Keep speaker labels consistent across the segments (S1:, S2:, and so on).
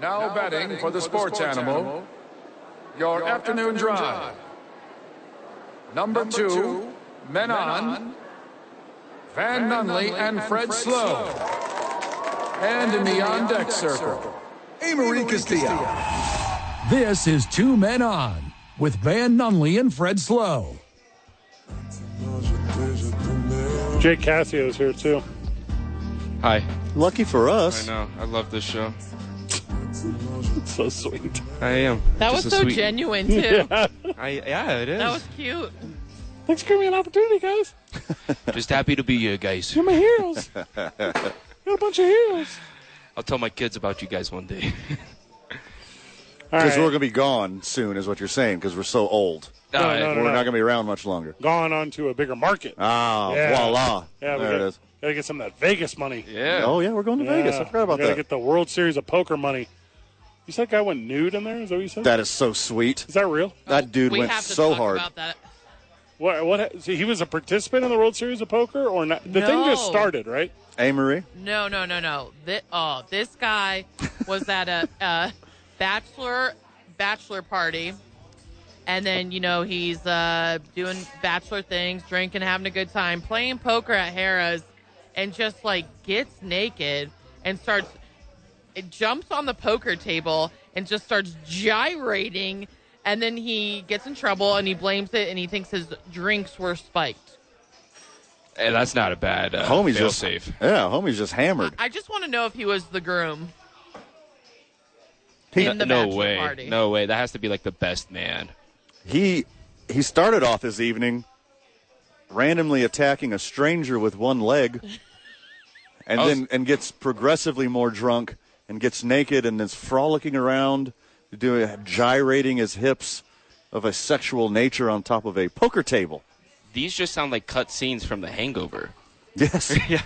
S1: Now betting for the sports animal, your afternoon drive. Number two, Menon, Van Nunley, and Fred Slow. And in the on deck circle, Amory Castillo.
S2: This is Two Men On with Van Nunley and Fred Slow.
S3: Jake Cassio's here too.
S4: Hi.
S5: Lucky for
S4: I
S5: us.
S4: know. I love this show.
S3: It's so sweet.
S4: I am.
S6: That
S4: Just
S6: was
S4: a
S6: so
S4: sweet-
S6: genuine too.
S4: I, yeah, it is.
S6: That was cute.
S3: Thanks for giving me an opportunity, guys.
S4: Just happy to be you guys.
S3: You're my heroes. You're a bunch of heroes.
S4: I'll tell my kids about you guys one day.
S3: All
S5: Because
S3: right.
S5: we're going to be gone soon, is what you're saying, because we're so old.
S3: No,
S4: All right.
S3: no,
S5: We're not going to be around much longer.
S3: Gone on to a bigger market.
S5: Ah,
S3: Yeah.
S5: voila.
S3: yeah, we
S5: there
S3: gotta,
S5: it is.
S3: Gotta get some of that Vegas money.
S4: Yeah.
S5: Oh, yeah, we're going to Vegas. I forgot about
S3: we gotta
S5: that.
S3: get the World Series of Poker money. You said that guy went nude in there? Is that what you said?
S5: That is so sweet.
S3: Is that real?
S5: That dude
S6: we
S5: went
S6: have to
S5: so
S6: talk
S5: hard.
S6: about that.
S3: What? What? So he was a participant in the World Series of Poker, or not? The thing just
S6: No.
S3: started, right?
S5: Amory?
S6: No, no, no, no. This, oh, this guy was at a, a bachelor bachelor party, and then you know he's uh, doing bachelor things, drinking, having a good time, playing poker at Harrah's, and just like gets naked and starts it jumps on the poker table and just starts gyrating, and then he gets in trouble and he blames it and he thinks his drinks were spiked.
S4: Hey, that's not a bad uh,
S5: Homie's
S4: fail
S5: just
S4: safe.
S5: Yeah, homie's just hammered.
S6: I just want to know if he was the groom.
S4: no,
S6: in the
S4: no
S6: bachelor
S4: way.
S6: party.
S4: No way. That has to be like the best man.
S5: He he started off his evening randomly attacking a stranger with one leg, and
S4: I was-
S5: then and gets progressively more drunk and gets naked and is frolicking around, doing gyrating his hips of a sexual nature on top of a poker table.
S4: These just sound like cut scenes from The Hangover.
S5: Yes,
S4: Yeah.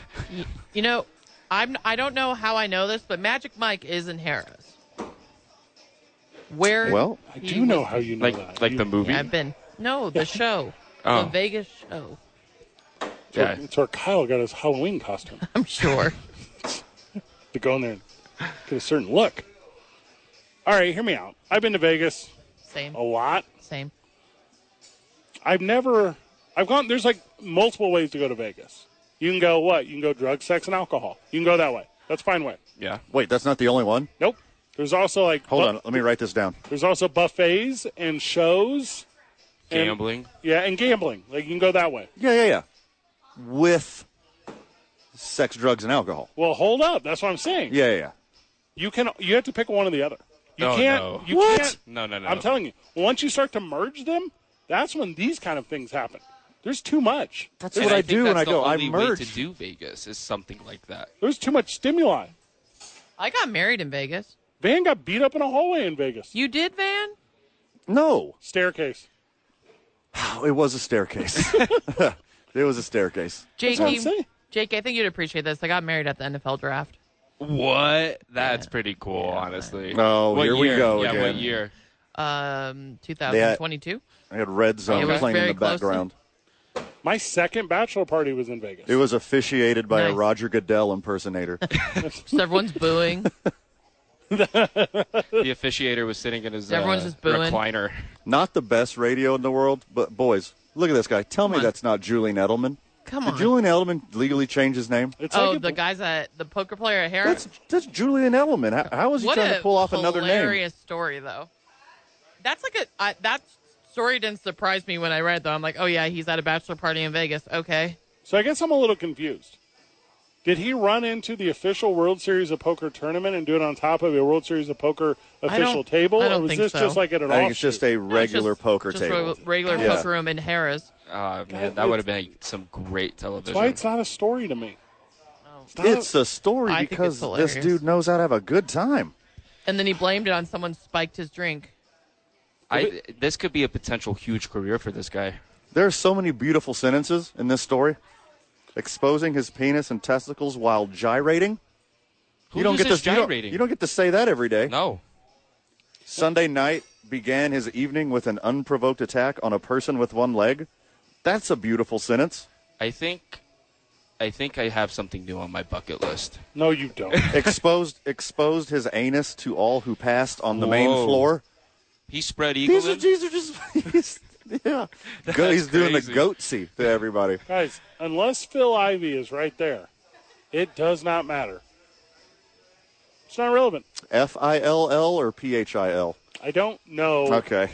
S6: You know, I'm I don't know how I know this, but Magic Mike is in Harris. Where?
S5: Well,
S3: I
S6: he
S3: do know
S6: was-
S3: how you know
S4: Like
S3: that.
S4: like
S3: You-
S4: the movie.
S6: I've been. No, the show,
S4: Oh.
S6: the Vegas show.
S3: It's where, it's where Kyle got his Halloween costume
S6: I'm sure.
S3: to go in there and get a certain look. All right, hear me out. I've been to Vegas
S6: Same,
S3: a lot.
S6: same.
S3: I've never. I've gone. There's like multiple ways to go to Vegas. You can go what? You can go drug, sex, and alcohol. You can go that way. That's a fine way.
S4: Yeah.
S5: wait, that's not the only one.
S3: Nope. There's also like
S5: Hold
S3: bu-
S5: on, let me write this down.
S3: There's also buffets and shows. and-
S4: Gambling.
S3: yeah, and gambling. Like you can go that way.
S5: Yeah, yeah, yeah. With sex, drugs, and alcohol.
S3: Well, hold up. That's what I'm saying.
S5: Yeah, yeah, yeah.
S3: You can. You have to pick one or the other. You
S4: Oh,
S3: can't.
S4: no.
S3: You
S5: What?
S3: can't.
S4: No, no, no.
S3: I'm telling you. Once you start to merge them, that's when these kind of things happen. There's too much.
S5: That's
S4: And
S5: what I,
S4: think
S5: do when
S4: that's
S5: I
S4: the
S5: go. I
S4: only way
S5: merge.
S4: to do Vegas is something like that.
S3: There's too much stimuli.
S6: I got married in Vegas.
S3: Van got beat up in a hallway in Vegas.
S6: You did, Van?
S5: No,
S3: Staircase.
S5: Oh, it was a staircase. it was a staircase.
S6: Jake,
S3: what I'm
S6: you-
S3: saying.
S6: Jake, I think you'd appreciate this. I got married at the NFL draft.
S4: What? That's pretty cool, honestly.
S5: Oh,
S4: What
S5: here we
S4: year?
S5: go
S4: Yeah,
S5: again.
S4: what year?
S5: uh,
S6: Um, 2022.
S5: I had red zone
S6: It was
S5: playing in
S6: very
S5: the
S6: close.
S5: background.
S3: My second bachelor party was in Vegas.
S5: It was officiated by a
S6: Nice.
S5: Roger Goodell impersonator.
S6: Just everyone's booing.
S4: The officiator was sitting in his uh,
S6: Everyone's just booing.
S4: recliner.
S5: not the best radio in the world, but boys, look at this guy. Tell me
S6: on.
S5: that's not Julian Edelman.
S6: Come
S5: Did
S6: on.
S5: Julian Edelman legally change his name?
S3: It's
S6: oh,
S3: like a-
S6: the guys at the poker player at Harris.
S5: That's that's Julian Edelman. How, how is he
S6: what
S5: trying
S6: a
S5: to pull off another name?
S6: hilarious story though. That's like a I, that story didn't surprise me when I read it, though. I'm like, oh yeah, he's at a bachelor party in Vegas. Okay,
S3: So I guess I'm a little confused. Did he run into the official World Series of Poker tournament and do it on top of a World Series of Poker official
S6: don't-
S3: table,
S6: I don't
S3: or was
S6: think
S3: this
S6: so.
S3: just like at an
S5: I think it's just
S3: offshoot?
S5: a regular
S6: Just-
S5: poker
S6: just
S5: table.
S6: reg- regular
S5: Yeah.
S6: poker room in Harris.
S4: Oh, man,
S3: God,
S4: that would have been some great television.
S3: That's why it's not a story to me. not a-
S5: It's a story
S6: I think it's
S5: because this
S6: hilarious.
S5: dude knows how to have a good time.
S6: And then he blamed it on someone spiked his drink.
S4: I, this could be a potential huge career for this guy.
S5: There are so many beautiful sentences in this story. Exposing his penis and testicles while gyrating.
S4: Who
S5: you don't get to
S4: uses
S5: you don't-
S4: gyrating?
S5: You, don't, get to say that every day.
S4: No.
S5: Sunday night began his evening with an unprovoked attack on a person with one leg. That's a beautiful sentence.
S4: I think I think I have something new on my bucket list.
S3: No, you don't.
S5: exposed exposed his anus to all who passed on the main
S4: Whoa.
S5: floor.
S4: He spread
S5: These are,
S4: eagle.
S5: these are just he's, yeah. Go, he's doing the
S4: crazy.
S5: goatsy to everybody.
S3: Guys, unless Phil Ivey is right there, it does not matter. It's not relevant.
S5: F I L L or P H I L.
S3: I don't know.
S5: Okay.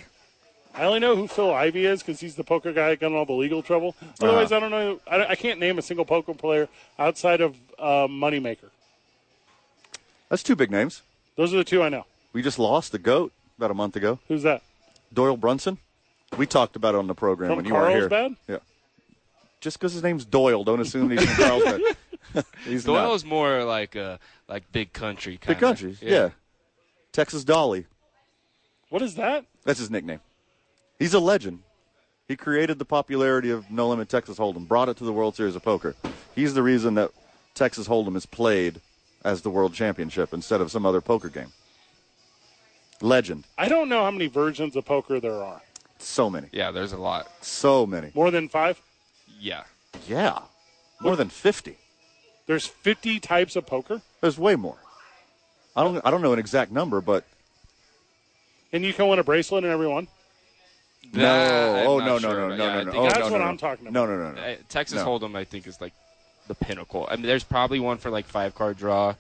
S3: I only know who Phil Ivey is because he's the poker guy that got in all the legal trouble.
S5: Uh-huh.
S3: Otherwise, I don't know. I, don't- I can't name a single poker player outside of uh, Moneymaker.
S5: That's two big names.
S3: Those are the two I know.
S5: We just lost the goat about a month ago.
S3: Who's that?
S5: Doyle Brunson. We talked about it on the program
S3: From
S5: when you weren't here.
S3: Carlsbad?
S5: Yeah. Just because his name's Doyle, don't assume he's from Carlsbad. he's
S4: Doyle
S5: not.
S4: is more like a like big country. Kinda.
S5: Big country. Yeah. Texas Dolly.
S3: What is that?
S5: That's his nickname. He's a legend. He created the popularity of No Limit Texas Hold'em, brought it to the World Series of Poker. He's the reason that Texas Hold'em is played as the World Championship instead of some other poker game. Legend.
S3: I don't know how many versions of poker there are.
S5: So many.
S4: Yeah, there's a lot.
S5: So many.
S3: More than five?
S4: Yeah.
S5: Yeah. More than 50.
S3: There's 50 types of poker,
S5: There's way more. I don't I don't know an exact number, but
S3: and you can win a bracelet in every one.
S4: That,
S5: no.
S4: I'm
S5: oh
S4: not
S5: no,
S4: sure
S5: no, no,
S4: about-
S5: no,
S4: yeah, I
S5: no, no.
S4: think
S5: Oh,
S4: that's
S5: no, no,
S3: what
S5: no.
S3: I'm talking about.
S5: No, no, no, no.
S4: Uh, Texas
S5: No.
S4: Hold'em, I think, is like the pinnacle. I mean, there's probably one for like five card draw.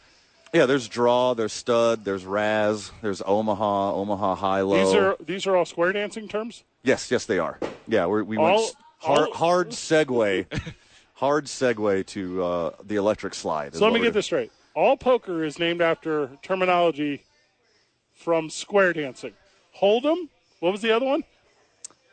S5: Yeah, there's draw, there's stud, there's Raz, there's Omaha, Omaha high low.
S3: These are these are all square dancing terms.
S5: Yes, yes, they are. Yeah, we're, we
S3: All-
S5: went s- hard,
S3: all-
S5: hard segue, hard segue to uh, the electric slide. is
S3: So let
S5: what
S3: me
S5: we're
S3: get this straight. All poker is named after terminology from square dancing. Hold'em. What was the other one?
S5: doing.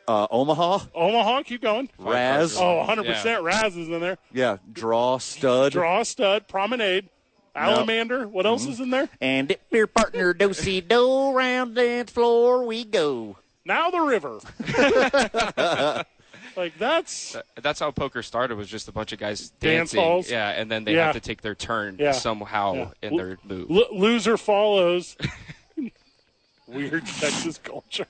S5: Uh, Omaha,
S3: Omaha. Keep going.
S5: Raz,
S3: Oh, 100% Raz is in there.
S5: yeah, draw, stud,
S3: Draw stud, promenade, Alamander. What else is in there?
S5: Mm-hmm. and if your partner do see do round dance floor we go.
S3: Now the river. like that's
S4: Uh, That's how poker started. Was just a bunch of guys
S3: Dance
S4: dancing.
S3: halls.
S4: Yeah, and then they
S3: Yeah.
S4: have to take their turn
S3: Yeah.
S4: somehow
S3: Yeah.
S4: in their move.
S3: L- loser follows. Weird Texas culture.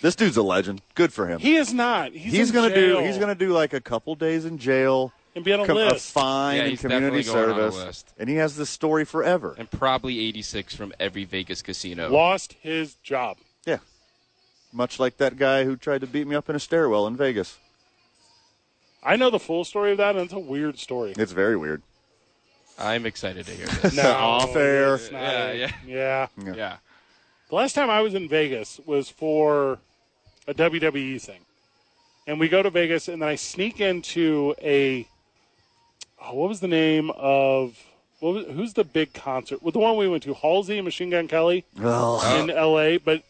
S5: This dude's a legend. Good for him.
S3: He is not. He's,
S5: he's
S3: in
S5: gonna
S3: jail
S5: do. He's gonna do like a couple days in jail.
S3: and be on a
S5: com- a
S3: list.
S5: fine
S4: Yeah,
S5: and
S4: he's
S5: community
S4: definitely going on the
S5: service,
S4: list.
S5: and he has this story forever.
S4: and probably 86 from every Vegas casino.
S3: Lost his job.
S5: Yeah, much like that guy who tried to beat me up in a stairwell in Vegas.
S3: I know the full story of that, and it's a weird story.
S5: It's very weird.
S4: I'm excited to hear this.
S3: No,
S5: Off air.
S3: it's not
S4: Oh, Yeah,
S3: it.
S4: yeah.
S3: yeah.
S4: yeah.
S3: The last time I was in Vegas was for a WWE thing. And we go to Vegas, and then I sneak into a. Oh, what was the name of. What was, who's the big concert? Well, the one we went to, Halsey and Machine Gun Kelly in LA, but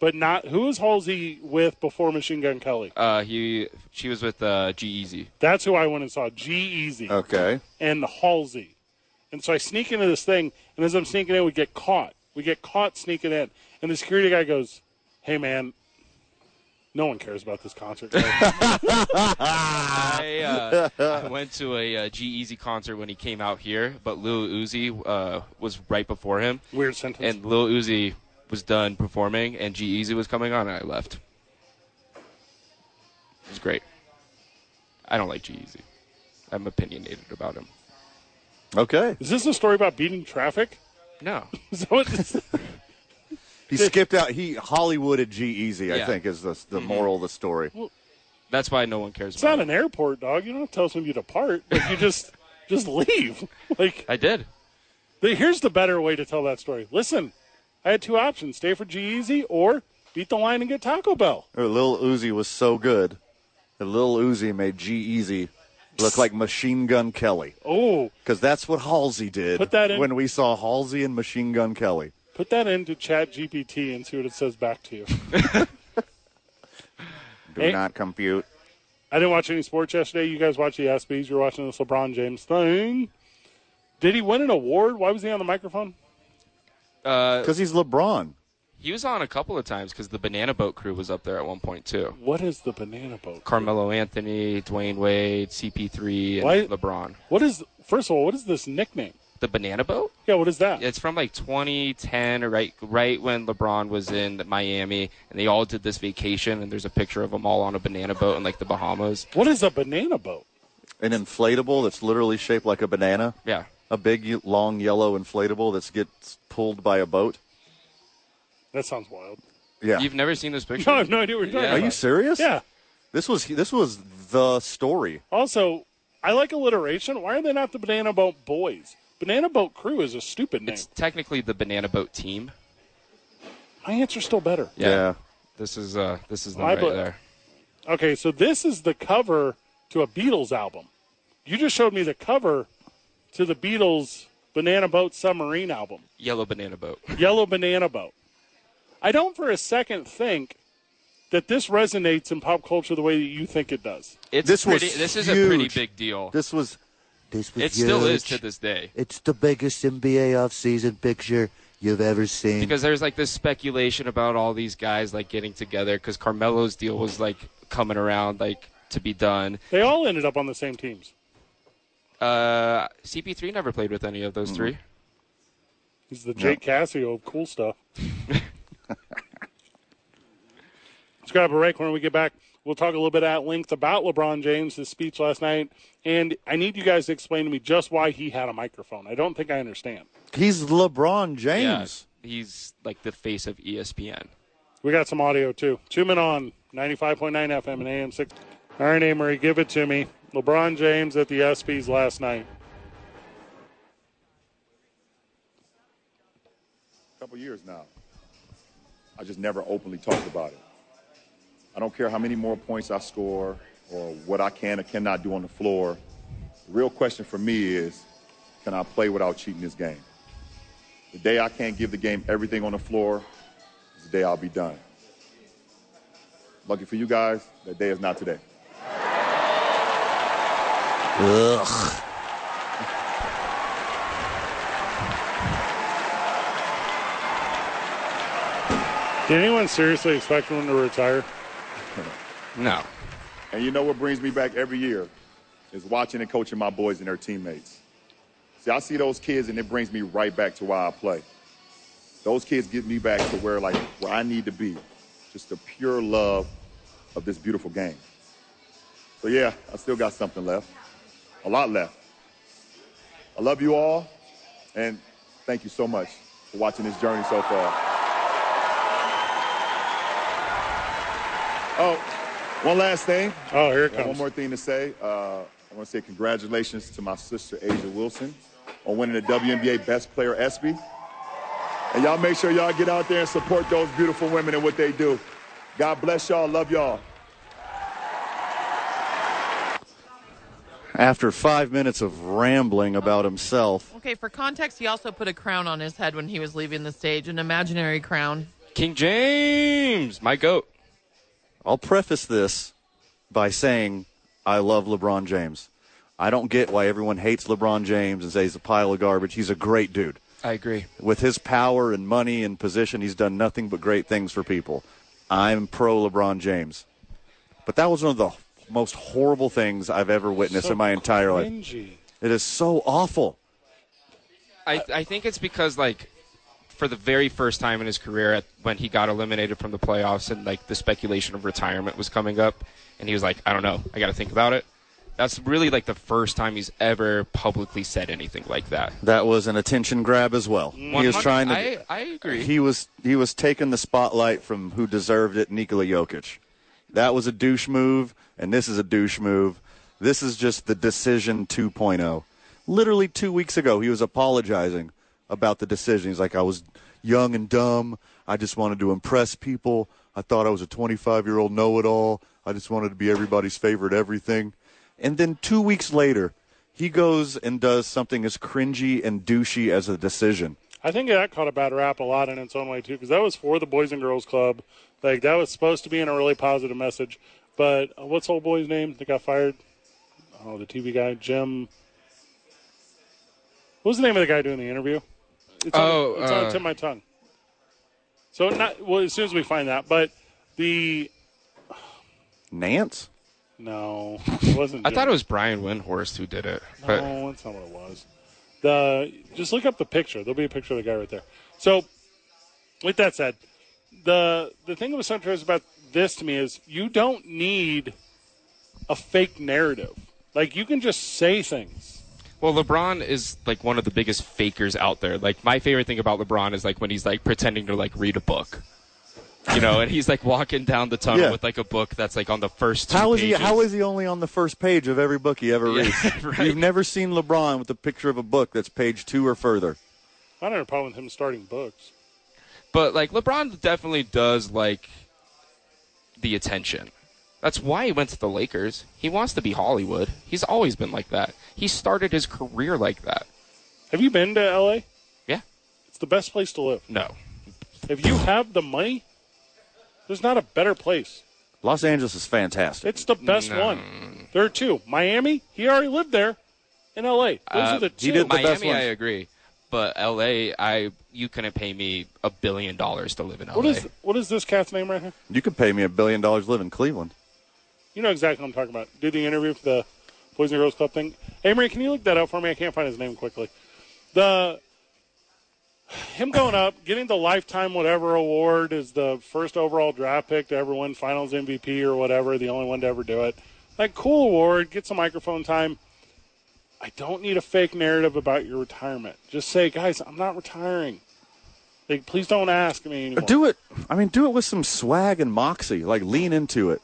S3: but not. Who was Halsey with before Machine Gun Kelly?
S4: Uh, he she was with uh, G Easy.
S3: That's who I went and saw, G Easy.
S5: Okay.
S3: and Halsey. And so I sneak into this thing, and as I'm sneaking in, we get caught. We get caught sneaking in. And the security guy goes, Hey, man, no one cares about this concert.
S4: I, uh, I went to a uh, G Easy concert when he came out here, but Lil Uzi uh, was right before him,
S3: Weird sentence.
S4: and Lil Uzi was done performing, and G Easy was coming on, and I left. It was great. I don't like G Easy. I'm opinionated about him.
S5: Okay.
S3: Is this a story about beating traffic?
S4: No,
S3: Is that what this-
S5: He skipped out. He Hollywooded G Easy, I
S4: Yeah. Mm-hmm.
S5: think, is the, the moral of the story.
S4: that's why no one cares
S3: it's
S4: about
S3: not
S4: him.
S3: an airport, dog. You don't tell somebody to part. Like, you just just leave. Like
S4: I did.
S3: the- here's the better way to tell that story. Listen, I had two options: stay for G Easy or beat the line and get Taco Bell.
S5: Or Lil Uzi was so good that Lil Uzi made G Easy look like Machine Gun Kelly.
S3: Oh,
S5: Because that's what Halsey did
S3: Put that in-
S5: when we saw Halsey and Machine Gun Kelly.
S3: put that into Chat GPT and see what it says back to you.
S5: Do
S3: Hey.
S5: not compute.
S3: I didn't watch any sports yesterday. You guys watch the ESPYs. You're watching this LeBron James thing. Did he win an award? Why was he on the microphone?
S4: Uh,
S5: Because he's LeBron.
S4: he was on a couple of times because the Banana Boat crew was up there at one point too.
S3: What is the banana boat?
S4: Carmelo Anthony, Dwayne Wade, CP3, and
S3: Why-
S4: LeBron.
S3: What is first of all? What is this nickname?
S4: The Banana Boat?
S3: Yeah, what is that?
S4: It's from like 2010, or right right when LeBron was in Miami, and they all did this vacation. And there's a picture of them all on a banana boat in like the Bahamas.
S3: What is a banana boat?
S5: an inflatable that's literally shaped like a banana.
S4: Yeah.
S5: A big, ye- long, yellow inflatable that gets pulled by a boat.
S3: That sounds wild.
S5: Yeah.
S4: You've never seen this picture?
S3: No, I have no idea what you're talking
S4: Yeah.
S5: Are you
S3: about.
S5: serious?
S3: Yeah.
S5: This was this was the story.
S3: Also, I like alliteration. Why are they not the Banana Boat Boys? Banana Boat Crew is a stupid name.
S4: It's technically the Banana Boat team.
S3: My answer's still better.
S4: This is uh this is them
S3: My
S4: right
S3: book.
S4: there.
S3: Okay, so this is the cover to a Beatles album. You just showed me the cover to the Beatles Banana Boat Submarine album,
S4: Yellow Banana Boat.
S3: Yellow Banana Boat. I don't for a second think that this resonates in pop culture the way that you think it does.
S4: It's
S5: This was
S4: pretty, This is a pretty
S5: huge.
S4: big deal.
S5: This was
S7: This was
S4: It still is to
S7: huge.
S4: this day
S7: It's the biggest NBA offseason picture you've ever seen.
S4: because there's like this speculation about all these guys like getting together because Carmelo's deal was like coming around like to be done.
S3: They all ended up on the same teams.
S4: Uh, CP3 never played with any of those three.
S3: He's the Jake Cassio of cool stuff. Let's grab a break. When we get back, we'll talk a little bit at length about LeBron James, his speech last night. And I need you guys to explain to me just why he had a microphone. I don't think I understand.
S5: he's
S4: Yeah,
S5: LeBron James.
S4: he's like the face of E ESPN.
S3: We got some audio, too. Two men on 95.9 FM and AM 6. All right, Amory, give it to me. LeBron James at the ESPYs last night.
S8: couple years now. I just never openly talked about it. I don't care how many more points I score or what I can or cannot do on the floor. The real question for me is can I play without cheating this game? The day I can't give the game everything on the floor is the day I'll be done. Lucky for you guys, that day is not today.
S7: Ugh.
S3: Did anyone seriously expect him to retire?
S4: No,
S8: And you know what brings me back every year is watching and coaching my boys and their teammates. See, I see those kids and it brings me right back to why I play. Those kids get me back to where like where I need to be. Just the pure love of this beautiful game. So yeah, I still got something left. A lot left. I love you all and thank you so much for watching this journey so far. Oh, one last thing.
S3: Oh, here it
S8: Got
S3: comes.
S8: one more thing to say. Uh, I want to say congratulations to my sister Asia Wilson on winning the WNBA Best Player ESPY. And y'all make sure y'all get out there and support those beautiful women and what they do. God bless y'all. Love y'all.
S5: After five minutes of rambling about himself,
S6: Okay, for context, he also put a crown on his head when he was leaving the stage, an imaginary crown.
S4: King James, my goat.
S5: I'll preface this by saying I love LeBron James. I don't get why everyone hates LeBron James and says he's a pile of garbage. He's a great dude.
S4: I agree.
S5: With his power and money and position, he's done nothing but great things for people. I'm pro LeBron James. But that was one of the most horrible things I've ever witnessed in my entire life.
S3: Cringy.
S5: It is so awful.
S4: I, I think it's because like for the very first time in his career at, when he got eliminated from the playoffs and like the speculation of retirement was coming up and he was like i don't know i gotta think about it that's really like the first time he's ever publicly said anything like that
S5: That was an attention grab as well. He was trying to
S4: i, I agree
S5: he was he was taking the spotlight from who deserved it, Nikola Jokic. That was a douche move, and this is a douche move. This is just the decision 2.0. Literally two weeks ago, he was apologizing about the decision. He's like, I was young and dumb. I just wanted to impress people. I thought I was a 25 year old know it all. I just wanted to be everybody's favorite everything. And then two weeks later, he goes and does something as cringy and douchey as a decision.
S3: I think that caught a bad rap a lot in its own way too, because that was for the Boys and Girls Club. Like that was supposed to be in a really positive message, but uh, what's the old boy's name that got fired? Oh, the TV guy, Jim. What was the name of the guy doing the interview? It's
S4: Oh,
S3: on, it's on the
S4: uh,
S3: tip of my tongue. So not well. As soon as we find that, but the
S5: Nance?
S3: no, it wasn't.
S4: i thought
S3: Jim.
S4: it was brian windhorst who did it but
S3: No, Oh, that's not what it was. The just look up the picture. There'll be a picture of the guy right there. So, with that said, the the thing that was so interesting about this to me is you don't need a fake narrative. Like you can just say things.
S4: Well, LeBron is like one of the biggest fakers out there. Like my favorite thing about LeBron is like when he's like pretending to like read a book. You know, and he's like walking down the tunnel
S5: Yeah.
S4: with like a book that's like on the first two
S5: How is he?
S4: pages.
S5: How is he only on the first page of every book he ever reads? You've never seen LeBron with a picture of a book that's page two or further.
S3: I don't have a problem with him starting books.
S4: But like LeBron definitely does like the attention. That's why he went to the Lakers. He wants to be Hollywood. He's always been like that. He started his career like that.
S3: Have you been to LA?
S4: Yeah.
S3: It's the best place to live.
S4: No.
S3: If you have the money, there's not a better place.
S5: Los Angeles is fantastic.
S3: It's the best
S4: No.
S3: one. There are two. Miami, he already lived there. In LA, those
S4: Uh,
S3: are the two.
S5: he did the
S4: Miami,
S5: best
S4: I
S5: ones.
S4: agree. But LA, I you couldn't pay me a billion dollars to live in LA.
S3: what is what is this cat's name right here?
S5: You could pay me a billion dollars to live in Cleveland.
S3: You know exactly what I'm talking about. Do the interview for the Boys and Girls Club thing. Hey, Marie, can you look that up for me? I can't find his name quickly. The him going up, getting the lifetime whatever award is the first overall draft pick to ever win Finals MVP or whatever, the only one to ever do it. Like cool award, get some microphone time. I don't need a fake narrative about your retirement. Just say, guys, I'm not retiring. Like, please don't ask me anymore.
S5: But do it. I mean, do it with some swag and moxie. Like lean into it.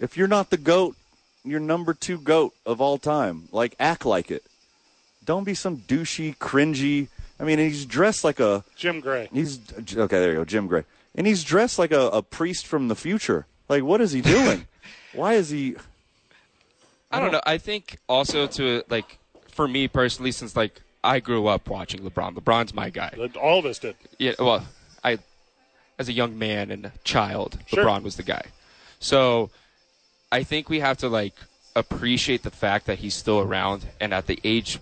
S5: If you're not the goat, you're number two goat of all time. Like act like it. Don't be some douchey, cringy. I mean, he's dressed like a
S3: Jim Gray.
S5: He's okay. There you go, Jim Gray, and he's dressed like a, a priest from the future. Like, what is he doing? Why is he?
S4: I
S3: Uh-huh.
S4: don't know. I think also to like for me personally, since like I grew up watching LeBron. LeBron's my guy.
S3: All of us did.
S4: Yeah, well, I as a young man and a child,
S3: Sure.
S4: LeBron was the guy. So I think we have to like appreciate the fact that he's still around and at the age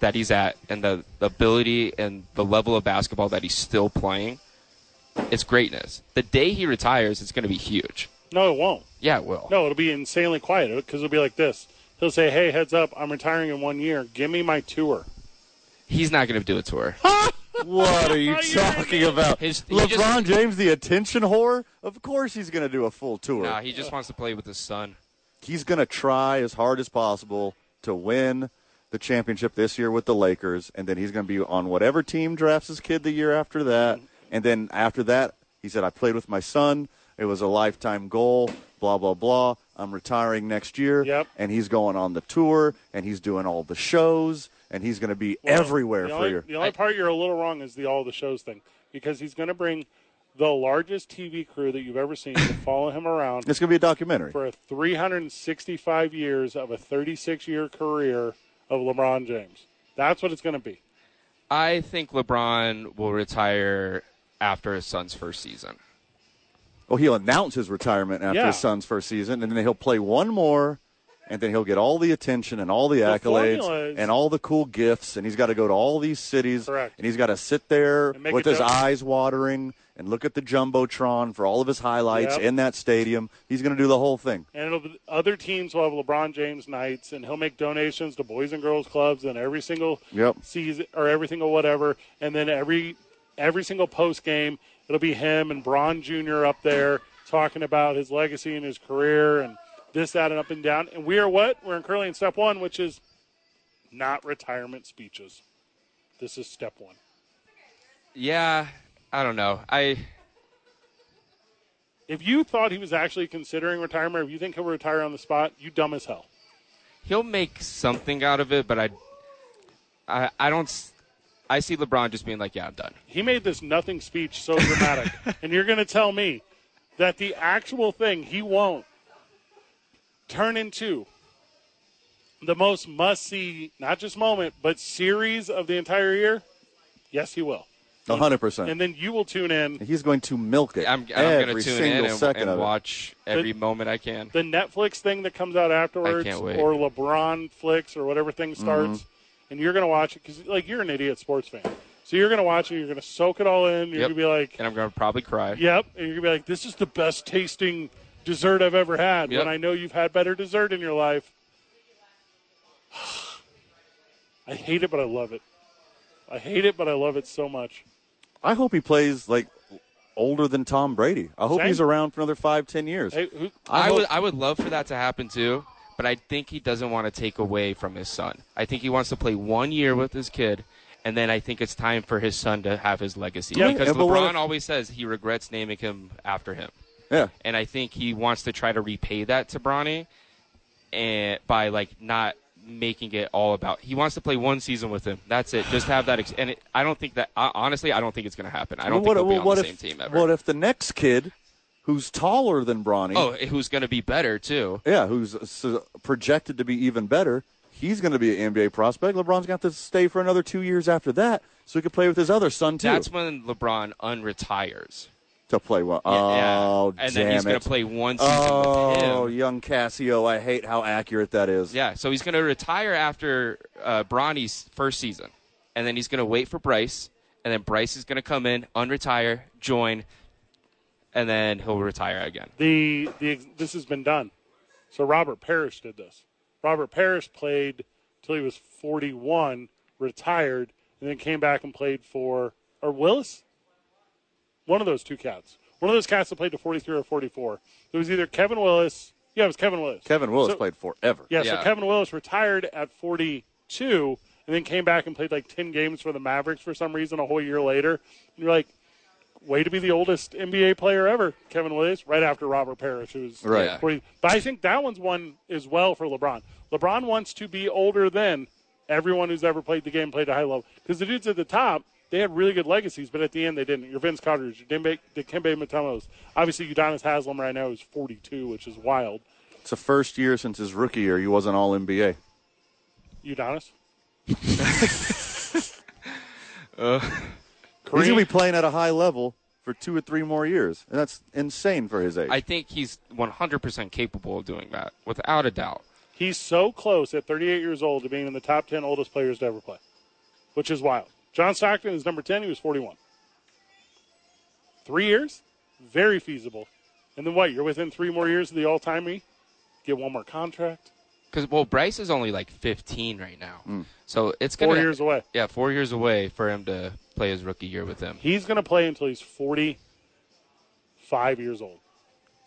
S4: that he's at and the, the ability and the level of basketball that he's still playing, it's greatness. The day he retires, it's going to be huge.
S3: No, it won't.
S4: Yeah, it will.
S3: No, it'll be insanely quiet because it'll be like this. He'll say, "Hey, heads up, I'm retiring in one year. Give me my tour."
S4: He's not going to do a tour.
S5: What are you
S3: Are you
S5: talking about?
S4: His- he
S5: LeBron James, the attention whore. Of course, he's going to do a full tour.
S4: Nah, he just wants to play with his son.
S5: he's going to try as hard as possible to win the championship this year with the Lakers, and then he's going to be on whatever team drafts his kid the year after that. And then after that, he said, "I played with my son. It was a lifetime goal. Blah blah blah. I'm retiring next year,
S3: Yep.
S5: and he's going on the tour, and he's doing all the shows, and he's going to be everywhere
S3: the
S5: for
S3: only,
S5: you."
S3: The only part you're a little wrong is the all the shows thing because he's going to bring the largest TV crew that you've ever seen to follow him around
S5: It's going to be a documentary.
S3: for 365 years of a 36 year career of LeBron James. That's what it's going to be.
S4: I think LeBron will retire after his son's first season.
S5: Well, he'll announce his retirement after
S3: Yeah.
S5: his son's first season, and then he'll play one more, and then he'll get all the attention and all the, accolades
S3: formula is-
S5: and all the cool gifts, and he's got to go to all these cities,
S3: Correct.
S5: and he's got to sit there
S3: And make
S5: with
S3: a
S5: his
S3: judgment.
S5: eyes watering and look at the jumbotron for all of his highlights
S3: Yep.
S5: in that stadium. He's going to do the whole thing.
S3: And it'll be, other teams will have LeBron James nights, and he'll make donations to boys and girls clubs and every single
S5: Yep.
S3: season or every single whatever. And then every every single post game, it'll be him and Braun Jr. up there talking about his legacy and his career and this, that, and up and down. And we are what we're currently in step one, which is not retirement speeches. This is step one.
S4: Yeah, I don't know. I
S3: If you thought he was actually considering retirement, if you think he'll retire on the spot, you dumb as hell.
S4: he'll make something out of it, but I, I, I don't. s- I see LeBron just being like, "Yeah, I'm done."
S3: He made this nothing speech so dramatic, and you're going to tell me that the actual thing he won't turn into the most must see, not just moment, but series of the entire year? Yes, he will.
S5: A hundred percent.
S3: And then you will tune in.
S5: He's going to milk it.
S4: I'm, I'm going
S5: every
S4: to tune
S5: single
S4: in and,
S5: second
S4: and
S5: of it.
S4: watch every moment I can.
S3: The Netflix thing that comes out afterwards,
S4: I can't wait. Mm-hmm.
S3: or LeBron flicks, or whatever thing starts, and you're going to watch it because, like, you're an idiot sports fan. So you're going to watch it, you're going to soak it all in, you're
S4: Yep.
S3: going to be like,
S4: And I'm going to probably cry.
S3: Yep. And you're going to be like, this is the best tasting dessert I've ever had.
S4: Yep.
S3: When I know you've had better dessert in your life. I hate it, but I love it. I hate it, but I love it so much.
S5: I hope he plays like older than Tom Brady. I hope
S3: Same.
S5: he's around for another five, ten years.
S3: Hey, who,
S4: I,
S5: hope-
S4: would, I would love for that to happen too. but I think he doesn't want to take away from his son. I think he wants to play one year with his kid, and then I think it's time for his son to have his legacy.
S3: Yeah,
S4: because
S5: yeah, but what
S4: LeBron
S5: if-
S4: always says he regrets naming him after him,
S5: Yeah.
S4: and I think he wants to try to repay that to Bronny, and by like not making it all about. He wants to play one season with him. That's it. Just have that. Ex- and it, I don't think that. I, honestly, I don't think it's going to happen. I don't think
S5: Well, well,
S4: they'll be on
S5: what
S4: the
S5: if,
S4: same team ever.
S5: What if the next kid, who's taller than Bronny,
S4: oh, who's going to be better too?
S5: yeah, who's s- projected to be even better, he's going to be an NBA prospect. LeBron's got to stay for another two years after that, so he could play with his other son too.
S4: That's when LeBron unretires.
S5: to play well.
S4: Yeah,
S5: Oh,
S4: yeah. and
S5: damn
S4: then he's
S5: it.
S4: gonna play one season
S5: Oh,
S4: with him.
S5: young Cassio, I hate how accurate that is.
S4: Yeah, so he's gonna retire after uh, Bronny's first season, and then he's gonna wait for Bryce, and then Bryce is gonna come in, unretire, join, and then he'll retire again.
S3: the the this has been done. So Robert Parrish did this. Robert Parrish played till he was 41, retired, and then came back and played for or Willis. One of those two cats. One of those cats that played to 43 or 44. It was either Kevin Willis. Yeah, it was Kevin Willis.
S5: Kevin Willis
S3: So-
S5: played forever.
S3: Yeah,
S4: Yeah.
S3: so Kevin Willis retired at 42 and then came back and played like 10 games for the Mavericks for some reason a whole year later. And you're like, way to be the oldest NBA player ever, Kevin Willis, right after Robert Parrish, who's
S5: Right.
S4: Yeah.
S3: 40. But I think that one's one as well for LeBron. LeBron wants to be older than everyone who's ever played the game played a high level because the dudes at the top. They had really good legacies, but at the end they didn't. Your Vince Carter's, your Dembe, Dikembe Mutombo's. Obviously, Udonis Haslam right now is 42, which is wild.
S5: It's the first year since his rookie year he wasn't All NBA.
S3: Udonis?
S5: He's gonna be playing at a high level for two or three more years, and that's insane for his age.
S4: I think he's 100% capable of doing that, without a doubt.
S3: He's so close at 38 years old to being in the top 10 oldest players to ever play, which is wild. John Stockton is number 10. He was 41. Three years? Very feasible. And then what? You're within three more years of the all time Get one more contract?
S4: Because well, Bryce is only like 15 right now,
S5: Hmm.
S4: so it's gonna
S3: Four years away.
S4: Yeah, four years away for him to play his rookie year with him.
S3: He's going to play until he's 45 years old.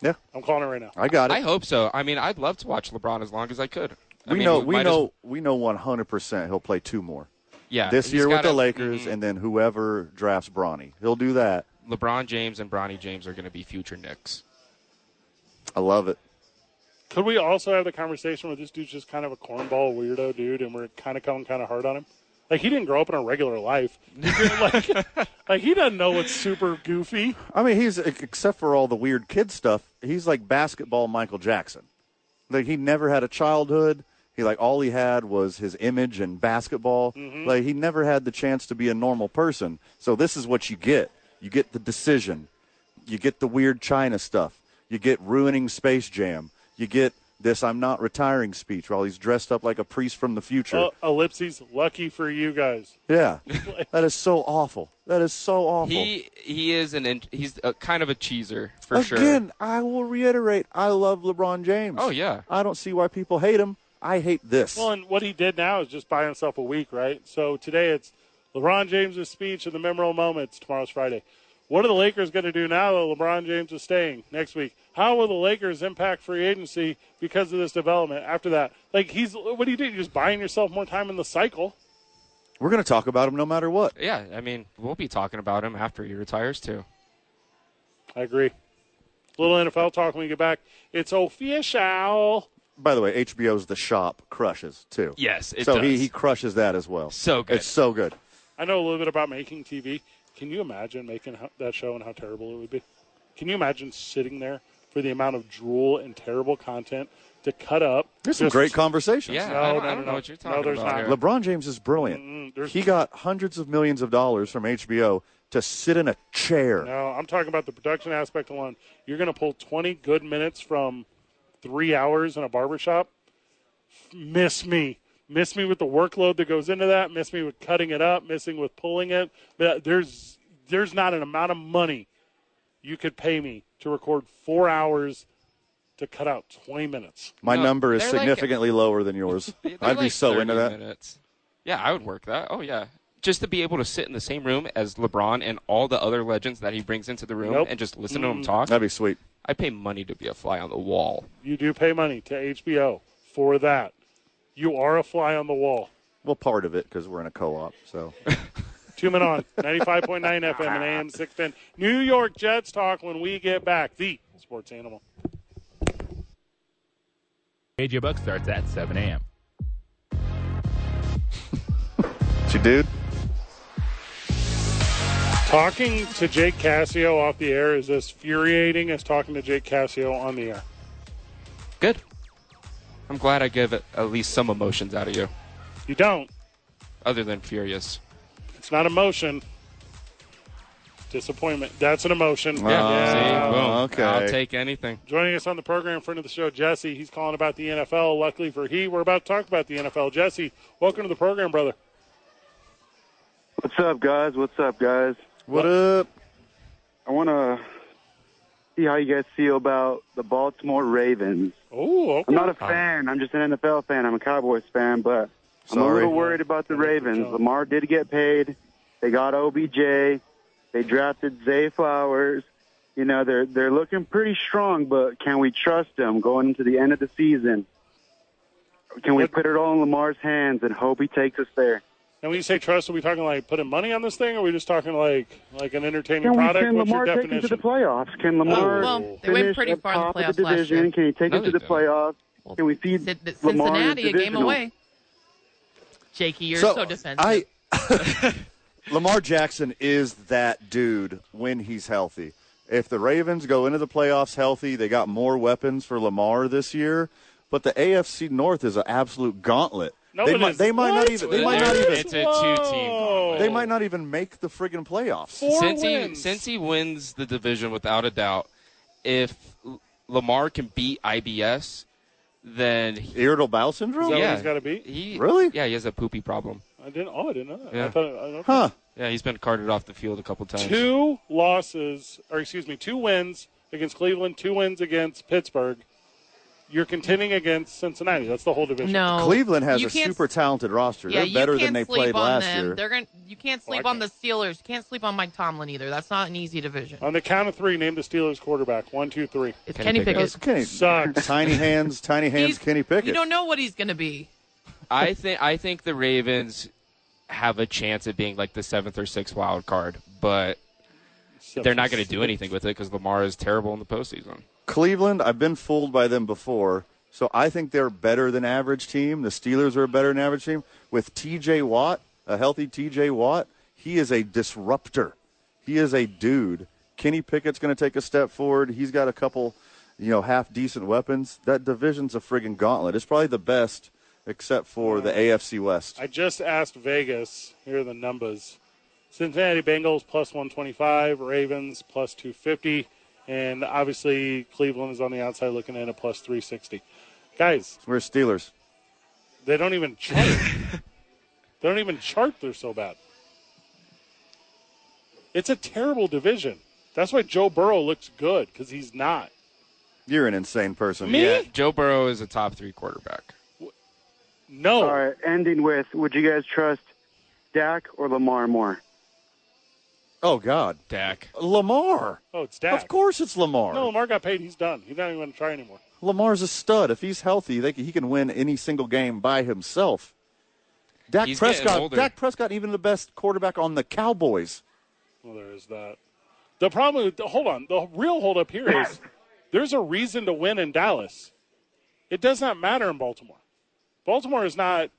S5: yeah,
S3: I'm calling it right now.
S5: I got it.
S4: I hope so. I mean, I'd love to watch LeBron as long as I could. I
S5: we
S4: mean,
S5: know,
S4: we
S5: we
S4: might as-
S5: know, we know 100 percent he'll play two more
S4: yeah,
S5: this
S4: he's
S5: year with
S4: gotta-
S5: the Lakers,
S4: Mhm.
S5: and then whoever drafts Bronny, he'll do that.
S4: LeBron James and Bronny James are going to be future Knicks.
S5: I love it.
S3: Could we also have the conversation where this dude's just kind of a cornball weirdo dude, and we're kind of coming kind of hard on him? Like he didn't grow up in a regular life. He didn't, like, like he doesn't know what's super goofy.
S5: I mean, he's except for all the weird kid stuff, he's like basketball Michael Jackson. Like he never had a childhood. He like all he had was his image and basketball. Like he never had the chance to be a normal person. So this is what you get. You get the decision. You get the weird China stuff. You get ruining Space Jam. You get this I'm not retiring speech while he's dressed up like a priest from the future.
S3: Uh, ellipses, lucky for you guys.
S5: yeah. that is so awful. That is so awful.
S4: He he is an in- he's a, kind of a cheeser for sure.
S5: Again, I will reiterate, I love LeBron James.
S4: Oh, yeah.
S5: I don't see why people hate him. I hate this.
S3: Well, and what he did now is just buy himself a week, right? So today it's LeBron James's speech and the memorable moments. Tomorrow's Friday. What are the Lakers going to do now that LeBron James is staying next week? How will the Lakers impact free agency because of this development after that? Like he's what do you do? You're just buying yourself more time in the cycle.
S5: We're going to talk about him no matter what.
S4: Yeah, I mean, we'll be talking about him after he retires too.
S3: I agree. Little NFL talk when we get back. It's official.
S5: By the way, HBO's The Shop crushes too.
S4: Yes, it
S5: so
S4: does.
S5: he he crushes that as well.
S4: So good.
S5: It's so good.
S3: I know a little bit about making TV. Can you imagine making ho- that show and how terrible it would be? Can you imagine sitting there for the amount of drool and terrible content to cut up?
S5: There's some
S3: Just-
S5: great conversations.
S4: Yeah,
S3: No,
S4: I don't,
S3: no, no,
S4: I don't
S3: no.
S4: know what you're
S3: No,
S4: talking
S3: there's
S4: about.
S3: not.
S4: here.
S5: LeBron James is brilliant.
S3: Mm-hmm, there's-
S5: he got hundreds of millions of dollars from HBO to sit in a chair.
S3: No, I'm talking about the production aspect alone. You're going to pull 20 good minutes from three hours in a barbershop. Miss me. Miss me with the workload that goes into that. Miss me with cutting it up. Missing with pulling it. But There's there's not an amount of money you could pay me to record four hours to cut out 20 minutes.
S5: My
S4: No,
S5: number is
S4: they're like-
S5: significantly lower than yours.
S4: They're
S5: I'd be
S4: like
S5: so
S4: 30
S5: into that.
S4: Minutes. Yeah, I would work that. Oh yeah, just to be able to sit in the same room as LeBron and all the other legends that he brings into the room
S3: Nope.
S4: and just
S5: Mm.
S4: listen to him talk.
S5: That'd be sweet.
S4: I pay money to be a fly on the wall.
S3: You do pay money to HBO for that. You are a fly on the wall.
S5: Well, part of it because we're in a co-op. So
S3: Two men on 95.9 FM and AM 610. New York Jets talk when we get back. The sports animal.
S9: AJ Buck starts at 7 a.m.
S5: you dude,
S3: Talking to Jake Cassio off the air is as infuriating as talking to Jake Cassio on the air.
S4: Good. I'm glad I give it at least some emotions out of you,
S3: You don't.
S4: other than furious.
S3: It's not emotion. Disappointment. That's an emotion.
S5: Yeah.
S4: Um, See? Boom.
S5: Oh, okay.
S4: I'll take anything.
S3: Joining us on the program, friend of the show, Jesse. He's calling about the NFL. Luckily for he, we're about to talk about the NFL. Jesse, welcome to the program, brother.
S10: What's up, guys? What's up, guys?
S5: what up?
S10: I want to see how you guys feel about the Baltimore Ravens.
S3: Oh,
S10: I'm
S3: okay.
S10: not a fan. I'm just an NFL fan. I'm a Cowboys fan, but I'm a
S5: Sorry.
S10: little worried about the Ravens. Lamar did get paid. They got OBJ. They drafted Zay Flowers. You know, they're they're looking pretty strong, but can we trust them going into the end of the season? Can we put it all in Lamar's hands and hope he takes us there?
S3: And when you say trust, are we talking like putting money on this thing, or are we just talking like like an entertainment
S10: Can we
S3: product?
S10: can
S3: What's
S10: Lamar
S3: your
S10: take us to the
S3: definition?
S10: playoffs? Can Lamar
S6: Oh, Well, they went
S10: finish
S6: pretty
S10: up
S6: far in the
S10: top of
S6: playoffs last
S10: division?
S6: year.
S10: Can he take
S4: No,
S10: us to
S4: they
S10: the
S4: didn't.
S10: playoffs? Can we feed
S6: Cin- that
S10: Lamar the
S6: Cincinnati a game
S10: divisional?
S6: away. Jakey, you're so, defensive.
S5: I Lamar Jackson is that dude when he's healthy. If the Ravens go into the playoffs healthy, they got more weapons for Lamar this year. But the AFC North is an absolute gauntlet.
S3: No,
S5: they
S3: it
S5: might,
S3: is.
S5: they might
S3: What?
S5: not even. They
S3: It
S5: might not
S3: is.
S5: even.
S11: It's
S3: It's
S11: a two-team.
S3: Whoa.
S5: They might not even make the friggin' playoffs.
S3: Four
S4: since
S3: wins.
S4: he since he wins the division without a doubt, if L- Lamar can beat IBS, then he,
S5: Irritable bowel syndrome.
S3: Is that what
S4: yeah,
S3: he's gotta beat?
S4: He,
S5: Really?
S4: Yeah, he has a poopy problem.
S3: I didn't. Oh, I didn't know that. I
S4: Yeah.
S3: thought, okay.
S5: Huh?
S4: Yeah, he's been carted off the field a couple times.
S3: Two losses, or excuse me, two wins against Cleveland, two wins against Pittsburgh. You're contending against Cincinnati. That's the whole division.
S6: no.
S5: Cleveland has
S6: Oh, You
S5: a
S6: can't-
S5: super talented roster.
S6: Yeah,
S5: They're
S6: you
S5: better
S6: can't
S5: than they
S6: sleep
S5: played
S6: on
S5: last
S6: them.
S5: year.
S6: They're gonna. You can't
S3: I
S6: sleep on the Steelers. You can't sleep on Mike Tomlin either. That's not an easy division.
S3: On the count of three, name the Steelers quarterback. One, two, three.
S6: It's
S4: Kenny
S6: Kenny,
S4: Pickett.
S6: Pickett.
S5: That's Kenny-
S3: Sucks.
S5: Tiny hands, tiny hands.
S6: He's-
S5: Kenny Pickett.
S6: You don't know what he's going to be.
S4: I think I think the Ravens have a chance at being like the seventh or sixth wild card, but they're not going to do anything with it because Lamar is terrible in the postseason.
S5: Cleveland, I've been fooled by them before, so I think they're a better than average team. The Steelers are a better than average team. With TJ Watt, a healthy TJ Watt, he is a disruptor. He is a dude. Kenny Pickett's going to take a step forward. He's got a couple, you know, half decent weapons. That division's a friggin' gauntlet. It's probably the best, except for the AFC West.
S3: I just asked Vegas. Here are the numbers. Cincinnati Bengals plus 125, Ravens plus 250, and obviously Cleveland is on the outside looking in at plus 360. Guys,
S5: We're Steelers.
S3: they don't even chart. they don't even chart. They're so bad. It's a terrible division. That's why Joe Burrow looks good because he's not.
S5: You're an insane person.
S3: Me?
S4: Yeah, Joe Burrow is a top three quarterback.
S3: No,
S10: All right, ending with would you guys trust Dak or Lamar more?
S5: Oh God,
S4: Dak.
S5: Lamar.
S3: oh, it's Dak.
S5: Of course, it's Lamar.
S3: No, Lamar got paid. He's done. He's not even going to try anymore.
S5: Lamar's a stud. If he's healthy, they can, he can win any single game by himself. Dak
S4: He's getting
S5: Prescott.
S4: older.
S5: Dak Prescott, even the best quarterback on the Cowboys.
S3: Well, there is that. The problem, with- hold on. The real holdup here is there's a reason to win in Dallas. It does not matter in Baltimore. Baltimore is not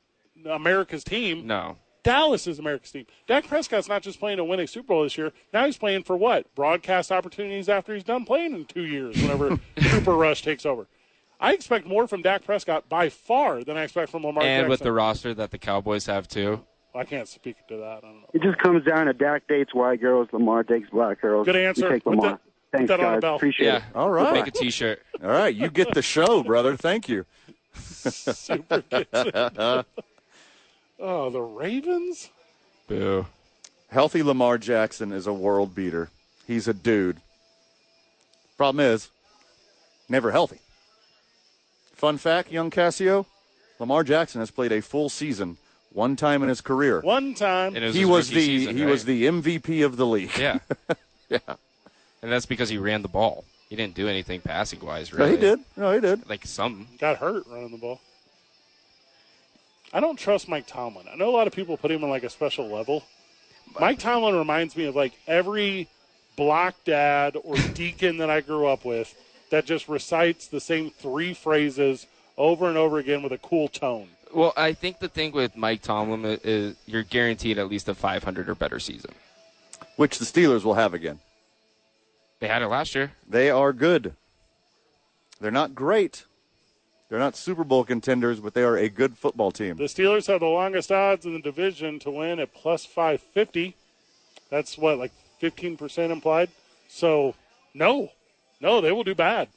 S3: America's team.
S4: No,
S3: Dallas is America's team. Dak Prescott's not just playing to win a Super Bowl this year. Now he's playing for what? Broadcast opportunities after he's done playing in two years, whenever Super Rush takes over. I expect more from Dak Prescott by far than I expect from Lamar
S4: and
S3: Jackson.
S4: with the roster that the Cowboys have too.
S3: I can't speak to that. I don't know.
S10: It just comes down to Dak dates white girls, Lamar dates black girls.
S3: Good answer.
S10: You take
S3: Put
S10: Lamar.
S3: that- put
S10: Thanks,
S3: that on a
S10: guys.
S3: belt.
S10: Appreciate
S4: Yeah,
S10: it.
S5: All right.
S4: Make a T-shirt.
S5: All right, you get the show, brother. Thank you.
S3: Super Oh, the Ravens?
S4: Boo.
S5: Healthy Lamar Jackson is a world beater. He's a dude. Problem is, never healthy. Fun fact, young Cassio, Lamar Jackson has played a full season one time in his career.
S3: One time.
S4: And it
S5: He
S4: his
S5: was the
S4: rookie season,
S5: he
S4: right?
S5: was the MVP of the league.
S4: Yeah. yeah. And that's because he ran the ball. He didn't do anything passing wise,
S5: No,
S4: really.
S5: he did. No, he did.
S4: Like some.
S3: got hurt running the ball. I don't trust Mike Tomlin. I know a lot of people put him on like a special level. Mike Tomlin reminds me of like every block dad or deacon that I grew up with that just recites the same three phrases over and over again with a cool tone.
S4: Well, I think the thing with Mike Tomlin is, is you're guaranteed at least a 500 or better season.
S5: which the Steelers will have again.
S4: They had it last year.
S5: They are good. They're not great. They're not Super Bowl contenders, but they are a good football team.
S3: The Steelers have the longest odds in the division to win at plus 550. That's what, like 15% implied? So, no. No, they will do bad.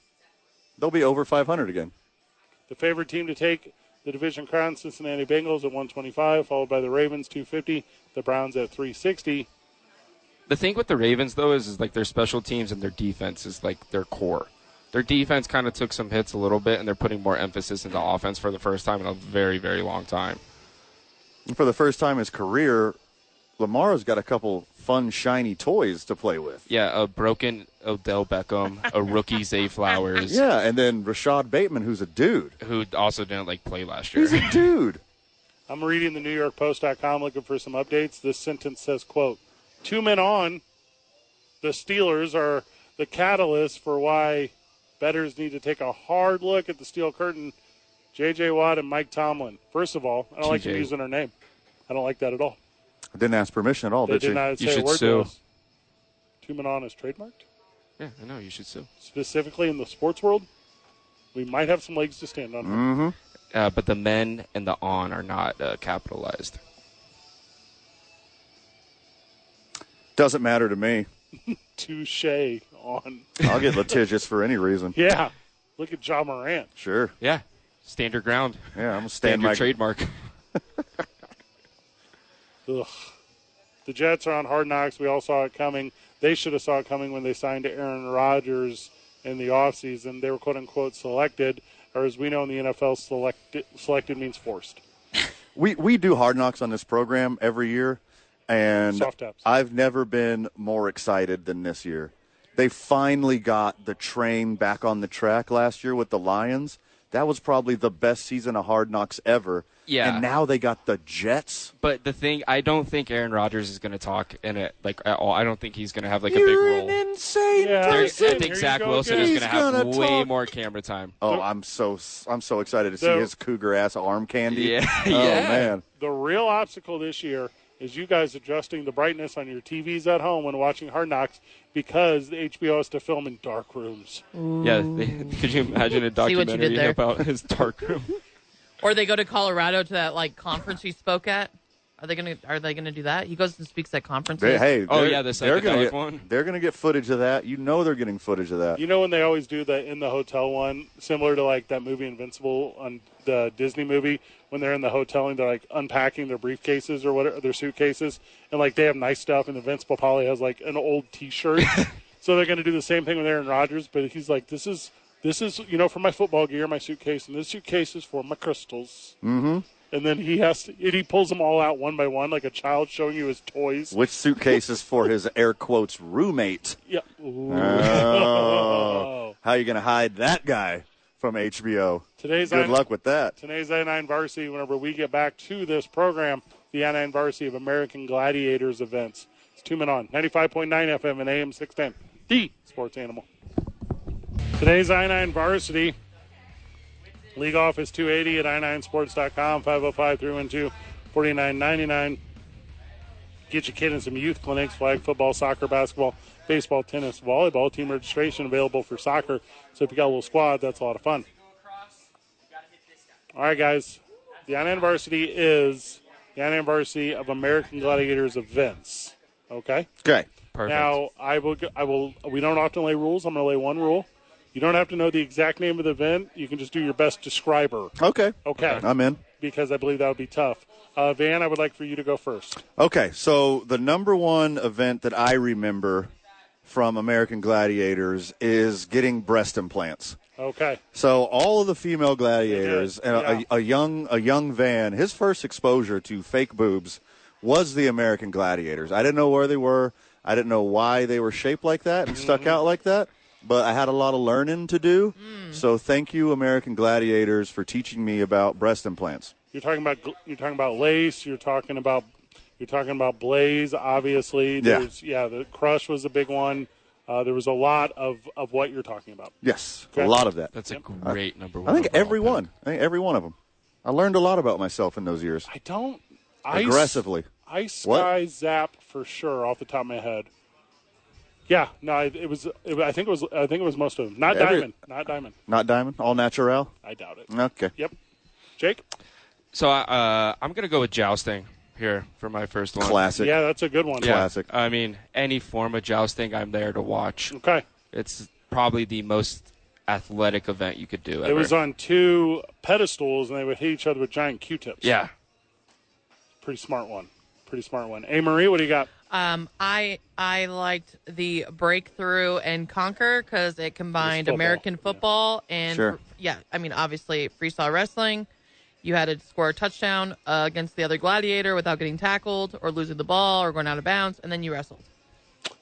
S5: They'll be over 500 again.
S3: The favorite team to take the division crown, Cincinnati Bengals at 125, followed by the Ravens 250, the Browns at 360.
S4: The thing with the Ravens though is, is like their special teams and their defense is like their core. Their defense kind of took some hits a little bit, and they're putting more emphasis into offense for the first time in a very, very long time.
S5: And for the first time in his career, Lamar's got a couple fun, shiny toys to play with.
S4: Yeah, a broken Odell Beckham, a rookie Zay Flowers,
S5: Yeah, and then Rashad Bateman, who's a dude.
S4: who also didn't like play last year.
S5: He's a dude.
S3: I'm reading the New York Post.com looking for some updates. This sentence says, quote, two men on, the Steelers are the catalyst for why bettors need to take a hard look at the steel curtain. J.J. Watt and Mike Tomlin. First of all, I don't like
S4: TJ.
S3: them using her name. I don't like that at all.
S5: Didn't ask permission at all,
S3: They
S5: did
S3: did
S5: she?
S3: not say
S4: You
S3: a
S4: should
S3: word
S4: sue.
S3: to us. Two men on is trademarked.
S4: yeah, I know you should sue.
S3: Specifically in the sports world, we might have some legs to stand on.
S4: Uh, but the men and the on are not uh, capitalized.
S5: Doesn't matter to me.
S3: Touche on.
S5: I'll get litigious for any reason.
S3: Yeah. Look at John Morant.
S5: Sure.
S4: Yeah, stand your ground,
S5: Yeah, I'm gonna stand
S4: stand your
S5: my
S4: trademark.
S3: Ugh. The Jets are on hard knocks. We all saw it coming. They should have saw it coming when they signed Aaron Rodgers in the offseason. They were quote unquote selected, or as we know in the NFL, selected, selected means forced.
S5: We we do hard knocks on this program every year, and
S3: Soft taps.
S5: I've never been more excited than this year. They finally got the train back on the track last year with the Lions. That was probably the best season of hard knocks ever.
S4: Yeah.
S5: And now they got the Jets.
S4: But the thing, I don't think Aaron Rodgers is going to talk in it like at all. I don't think he's going to have like a big role.
S5: insane
S3: Yeah.
S4: There- I
S3: person. Here
S4: think
S3: you
S4: Zach
S3: go
S4: Wilson
S3: again.
S4: is
S5: He's
S4: going to have
S5: gonna
S4: way
S5: talk.
S4: more camera time.
S5: Oh, I'm so I'm so excited to see
S3: So-
S5: his cougar ass arm candy.
S4: Yeah,
S5: Oh
S4: yeah.
S5: man.
S3: The real obstacle this year is you guys adjusting the brightness on your TVs at home when watching Hard Knocks because the HBO has to film in dark rooms.
S4: Yeah, they, could you imagine a
S6: See what you did
S4: documentary
S6: there.
S4: about his dark room?
S6: Or they go to Colorado to that like conference he spoke at. Are they gonna Are they gonna do that? He goes and speaks at conferences.
S5: They- hey,
S4: Oh,
S5: they're-
S4: yeah, the
S5: they're gonna
S4: psychedelic
S5: get,
S4: one.
S5: They're gonna get footage of that. You know they're getting footage of that.
S3: You know when they always do the in the hotel one, similar to like that movie Invincible on the Disney movie, when they're in the hotel and they're like unpacking their briefcases or whatever their suitcases, and like they have nice stuff, and Invincible probably has like an old T-shirt. so they're going to do the same thing with Aaron Rodgers, but he's like, this is this is you know for my football gear, my suitcase, and this suitcase is for my crystals. Mm-hmm. And then he has to, and he pulls them all out one by one, like a child showing you his toys.
S5: Which suitcase is for his air quotes roommate?
S3: Yeah. Ooh.
S5: Oh. How you going to hide that guy from HBO?
S3: Today's
S5: Good
S3: I'm-
S5: luck with that.
S3: Today's I9 Varsity, whenever we get back to this program, the I9 Varsity of American Gladiators events. It's two men on 95.9 FM and AM 610, the sports animal. Today's I9 Varsity. League office 280 at i9sports.com, 505 312 4999. Get your kid in some youth clinics, flag football, soccer, basketball, baseball, tennis, volleyball. Team registration available for soccer. So if you got a little squad, that's a lot of fun. All right, guys. The Annan Varsity is the Annan Varsity of American Gladiators events. Okay.
S5: Okay.
S4: Perfect.
S3: Now I will. go- I will. We don't often lay rules. I'm going to lay one rule. You don't have to know the exact name of the event. You can just do your best describer.
S5: Okay.
S3: Okay.
S5: I'm in.
S3: Because I believe that would be tough. Uh, Van, I would like for you to go first.
S5: Okay. So the number one event that I remember from American Gladiators is getting breast implants.
S3: Okay.
S5: So all of the female gladiators
S3: They did,
S5: and a,
S3: yeah.
S5: a, a young a young Van, his first exposure to fake boobs was the American Gladiators. I didn't know where they were. I didn't know why they were shaped like that and stuck
S3: Mm-hmm.
S5: out like that. But I had a lot of
S3: Mm.
S5: learning to do. So thank you, American Gladiators, for teaching me about breast implants.
S3: You're talking about gl- you're talking about Lace. You're talking about you're talking about Blaze. Obviously,
S5: Yeah.
S3: There's- yeah. The Crush was a big one. Uh, there was a lot of, of what you're talking about.
S5: Yes,
S3: Okay.
S5: a lot of that.
S4: That's a great number one.
S5: I think
S4: overall
S5: every
S4: pick.
S5: one. I think every one of them. I learned a lot about myself in those years.
S3: I don't. I s-
S5: Aggressively.
S3: I sky
S5: What?
S3: zapped for sure off the top of my head. Yeah, no, I- it was. It, I think it was. I think it was most of them. Not
S5: Every-
S3: diamond. Not diamond.
S5: Not diamond, all natural.
S3: I doubt it.
S5: Okay.
S3: Yep. Jake.
S4: So uh, I'm going to go with jousting here for my first one.
S5: Classic.
S3: Yeah, that's a good one.
S4: Yeah.
S5: Classic.
S4: I mean, any form of jousting, I'm there to watch.
S3: Okay.
S4: It's probably the most athletic event you could do. Ever.
S3: It was on two pedestals, and they would hit each other with giant Q-tips.
S4: yeah.
S3: Pretty smart one. Pretty smart one. Hey, Marie, what do you got?
S6: Um, I I liked the breakthrough and conquer because it combined
S3: It was football.
S6: American football and
S5: Sure.
S6: yeah, I mean obviously freestyle wrestling. You had to score a touchdown uh, against the other gladiator without getting tackled or losing the ball or going out of bounds, and then you wrestled.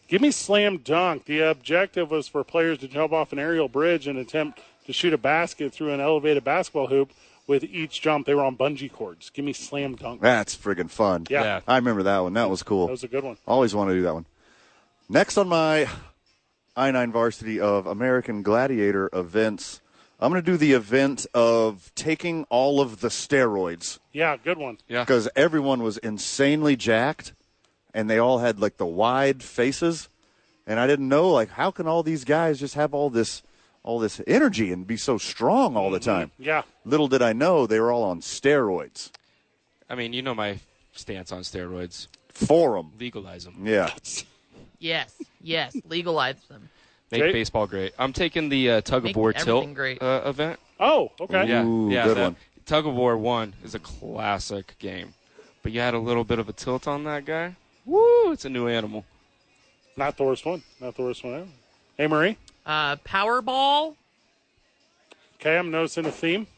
S3: Give me slam dunk. The objective was for players to jump off an aerial bridge and attempt to shoot a basket through an elevated basketball hoop. With each jump, they were on bungee cords. Give me slam dunk.
S5: That's friggin' fun.
S3: Yeah. Yeah.
S5: I remember that one. That was cool.
S3: That was a good one.
S5: Always want to do that one. Next on my I 9 varsity of American Gladiator events, I'm going to do the event of taking all of the steroids
S3: Yeah, good one.
S5: because everyone was insanely jacked and they all had like the wide faces. And I didn't know, like, how can all these guys just have all this. All this energy and be so strong all the time.
S3: Mm-hmm. Yeah.
S5: Little did I know they were all on steroids.
S4: I mean, you know my stance on steroids.
S5: Forum.
S4: Legalize them.
S5: Yeah.
S6: Yes, yes, legalize them.
S4: Make
S3: Jake?
S4: baseball great. I'm taking the uh, tug
S6: Make
S4: of war tilt
S6: everything great.
S4: Uh, event.
S3: Oh, okay.
S4: Yeah,
S5: Ooh,
S4: yeah.
S5: good
S4: that-
S5: one.
S4: Tug of War One is a classic game, but you had a little bit of a tilt on that guy. Woo! It's a new animal.
S3: Not the worst one. Not the worst one. Ever. Hey, Marie.
S6: Uh, Powerball.
S3: Okay, I'm noticing a theme.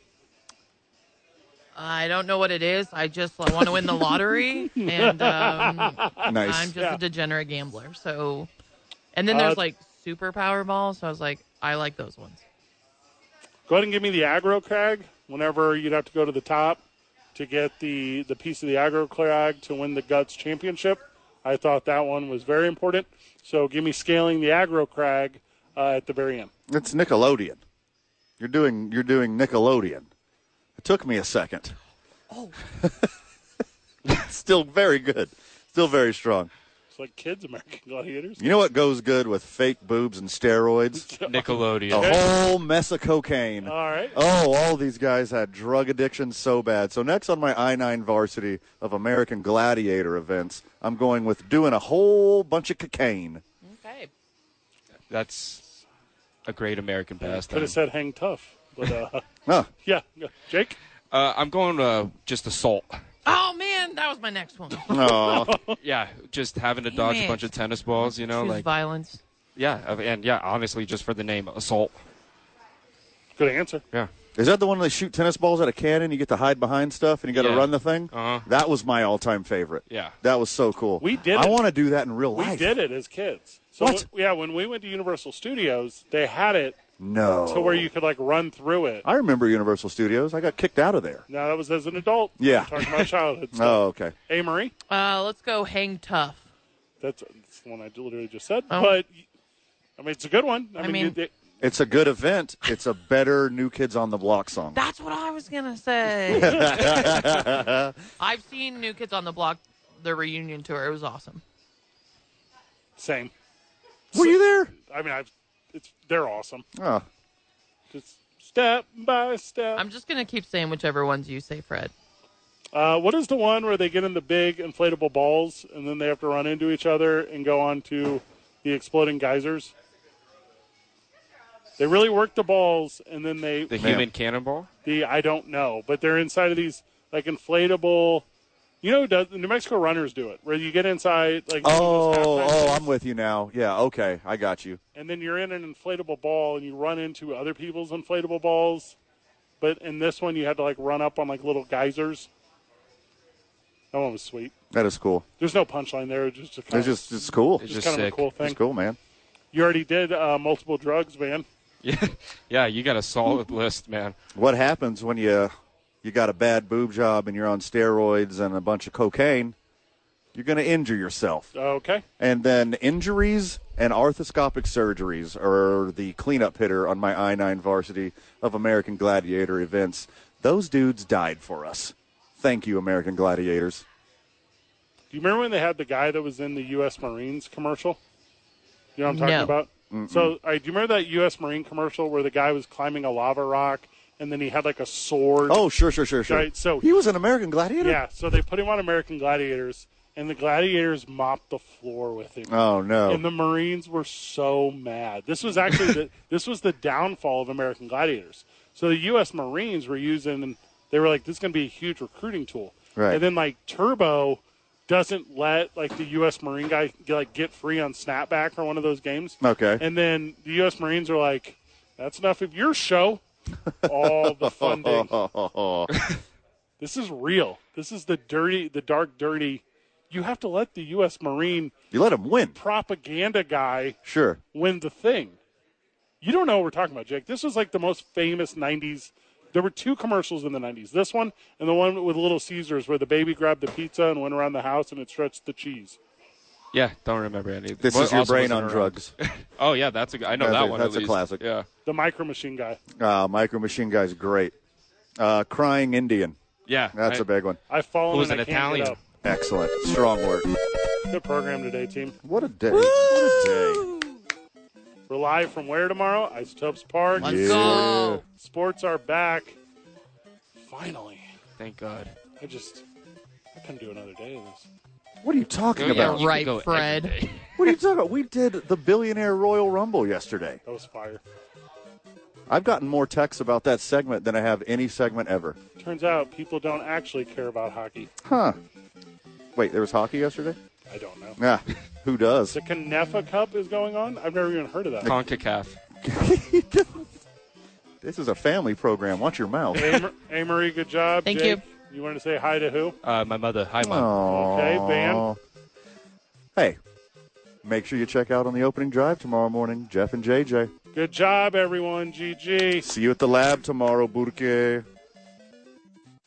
S6: I don't know what it is. I just want to win the lottery, and um,
S5: Nice.
S6: I'm just
S3: Yeah.
S6: a degenerate gambler. So, and then there's
S3: Uh,
S6: like super Powerball. So I was like, I like those ones.
S3: Go ahead and give me the aggro crag. Whenever you'd have to go to the top to get the the piece of the aggro crag to win the guts championship, I thought that one was very important. So give me scaling the aggro crag uh, at the very end.
S5: It's Nickelodeon. You're doing you're doing Nickelodeon. It took me a second. Oh. Still very good. Still very strong.
S3: It's like kids American Gladiators.
S5: You know what goes good with fake boobs and steroids?
S4: Nickelodeon.
S5: A whole mess of cocaine.
S3: All right.
S5: Oh, all these guys had drug addiction so bad. So next on my I nine varsity of American Gladiator events, I'm going with doing a whole bunch of cocaine.
S6: Okay.
S4: That's a great American
S3: Could
S4: pastime.
S3: have said hang tough, but uh,
S5: Huh.
S3: yeah, Jake.
S4: Uh, I'm going uh, just assault.
S6: Oh man, that was my next one. Choose
S5: Aw.
S4: Yeah, just having to dodge
S6: man.
S4: a bunch of tennis balls. You know, like
S6: violence.
S4: yeah, uh, and yeah, honestly, just for the name, assault.
S3: Good answer.
S4: Yeah.
S5: Is that the one they shoot tennis balls at a cannon? You get to hide behind stuff and you got to
S4: Yeah.
S5: run the thing.
S4: Uh-huh.
S5: That was my all-time favorite.
S4: Yeah.
S5: that was so cool.
S3: We did
S5: I
S3: it.
S5: want to do that in real
S3: We
S5: life.
S3: did it as kids. So
S5: What?
S3: w- yeah, when we went to Universal Studios, they had it
S5: No.
S3: to where you could like run through it.
S5: I remember Universal Studios. I got kicked out of there.
S3: Now that was as an adult.
S5: Yeah.
S3: We're talking about childhood. stuff.
S5: Oh, okay.
S3: Hey, Marie.
S6: Uh, let's go hang tough.
S3: That's, that's the one I literally just said.
S6: Oh.
S3: But I mean, it's a good one. I,
S6: I
S3: mean,
S6: mean-
S3: you- they-
S5: It's a good event. It's a better New Kids on the Block song.
S6: That's what I was gonna say. I've seen New Kids on the Block, the reunion tour. It was awesome.
S3: same.
S5: Were you there?
S3: I mean, I've, it's they're awesome.
S5: Oh,
S3: Just step by step.
S6: I'm just gonna keep saying whichever ones you say, Fred.
S3: Uh, what is the one where they get in the big inflatable balls and then they have to run into each other and go on to the exploding geysers? They really work the balls and then they
S4: The
S5: Man.
S4: human cannonball.
S3: the I don't know, but they're inside of these like inflatable. You know, who does New Mexico runners do it? Where you get inside like one of
S5: oh,
S3: those half-pipe
S5: oh!
S3: things,
S5: I'm with you now. Yeah. Okay, I got you.
S3: and then you're in an inflatable ball and you run into other people's inflatable balls. But in this one, you had to like run up on like little geysers. That one was sweet.
S5: That is cool.
S3: There's no punchline there. It was just a kind
S5: It's
S3: of,
S5: just it's cool.
S4: It's
S3: just
S4: just
S3: kind of
S4: sick.
S3: a cool
S5: It's
S3: thing.
S5: cool, man.
S3: You already did uh, multiple drugs, man.
S4: Yeah, yeah, you got a solid list, man.
S5: What happens when you you got a bad boob job and you're on steroids and a bunch of cocaine, you're going to injure yourself.
S3: Uh, Okay.
S5: And then injuries and arthroscopic surgeries are the cleanup hitter on my I 9 varsity of American Gladiator events. Those dudes died for us. Thank you, American Gladiators.
S3: Do you remember when they had the guy that was in the U.S. Marines commercial? You know what I'm talking
S6: No.
S3: about? So, I do you remember that U.S. Marine commercial where the guy was climbing a lava rock and then he had like a sword?
S5: Oh, sure, sure, sure, sure.
S3: Right, so-
S5: he was an American Gladiator?
S3: yeah. So they put him on American Gladiators, and the Gladiators mopped the floor with him.
S5: Oh, no.
S3: And the Marines were so mad. This was actually the, this was the downfall of American Gladiators. So the U.S. Marines were using, they were like, this is going to be a huge recruiting tool.
S5: Right.
S3: And then like Turbo doesn't let like the U.S. Marine guy get, like get free on snapback or one of those games.
S5: Okay.
S3: And then the U.S. Marines are like, that's enough of your show. All the funding. this is real. This is the dirty, the dark, dirty. You have to let the U.S. Marine
S5: you let him win.
S3: propaganda guy
S5: Sure.
S3: win the thing. You don't know what we're talking about, Jake. This was like the most famous 90s. There were two commercials in the 90s this one and the one with Little Caesars where the baby grabbed the pizza and went around the house and it stretched the cheese.
S4: Yeah, don't remember any. of
S5: This
S4: what
S5: is your
S4: also
S5: brain
S4: wasn't
S5: on
S4: around.
S5: drugs.
S4: Oh yeah, that's a. g- I know
S5: That's
S4: that
S5: a-
S4: one.
S5: that's
S4: at
S5: a
S4: least.
S5: classic.
S4: Yeah.
S3: The micro machine guy.
S5: Uh, Micro Machine Guy's great. Uh, Crying Indian.
S4: Yeah.
S5: That's
S4: a
S5: a big one.
S3: I've fallen
S4: Who's
S3: and I
S4: an
S3: can't get
S4: Italian?
S3: up.
S5: Excellent. Strong work.
S3: Good program today, team.
S5: What a day. What a day.
S3: We're live from where tomorrow? Isotopes Park.
S6: Let's
S5: Yeah.
S6: go.
S3: Sports are back. Finally.
S4: Thank God.
S3: I just, I couldn't do another day of this.
S5: What are you talking
S4: Yeah,
S5: about?
S4: you could
S6: right,
S4: go every
S6: Fred.
S4: day.
S5: What are you talking about? We did the Billionaire Royal Rumble yesterday.
S3: That was fire.
S5: I've gotten more texts about that segment than I have any segment ever.
S3: Turns out people don't actually care about hockey.
S5: Huh. Wait, there was hockey yesterday?
S3: I don't know.
S5: Nah, who does?
S3: The Canefa Cup is going on. I've never even heard of that.
S4: Concacaf.
S5: This is a family program. Watch your mouth.
S3: Am- Amory, good job.
S6: Thank
S3: Jake, you. You want to say hi to who?
S4: Uh, my mother. Hi, mom.
S5: Okay,
S3: Van.
S5: Hey, make sure you check out on the opening drive tomorrow morning, Jeff and JJ.
S3: Good job, everyone. GG.
S5: See you at the lab tomorrow, Burke.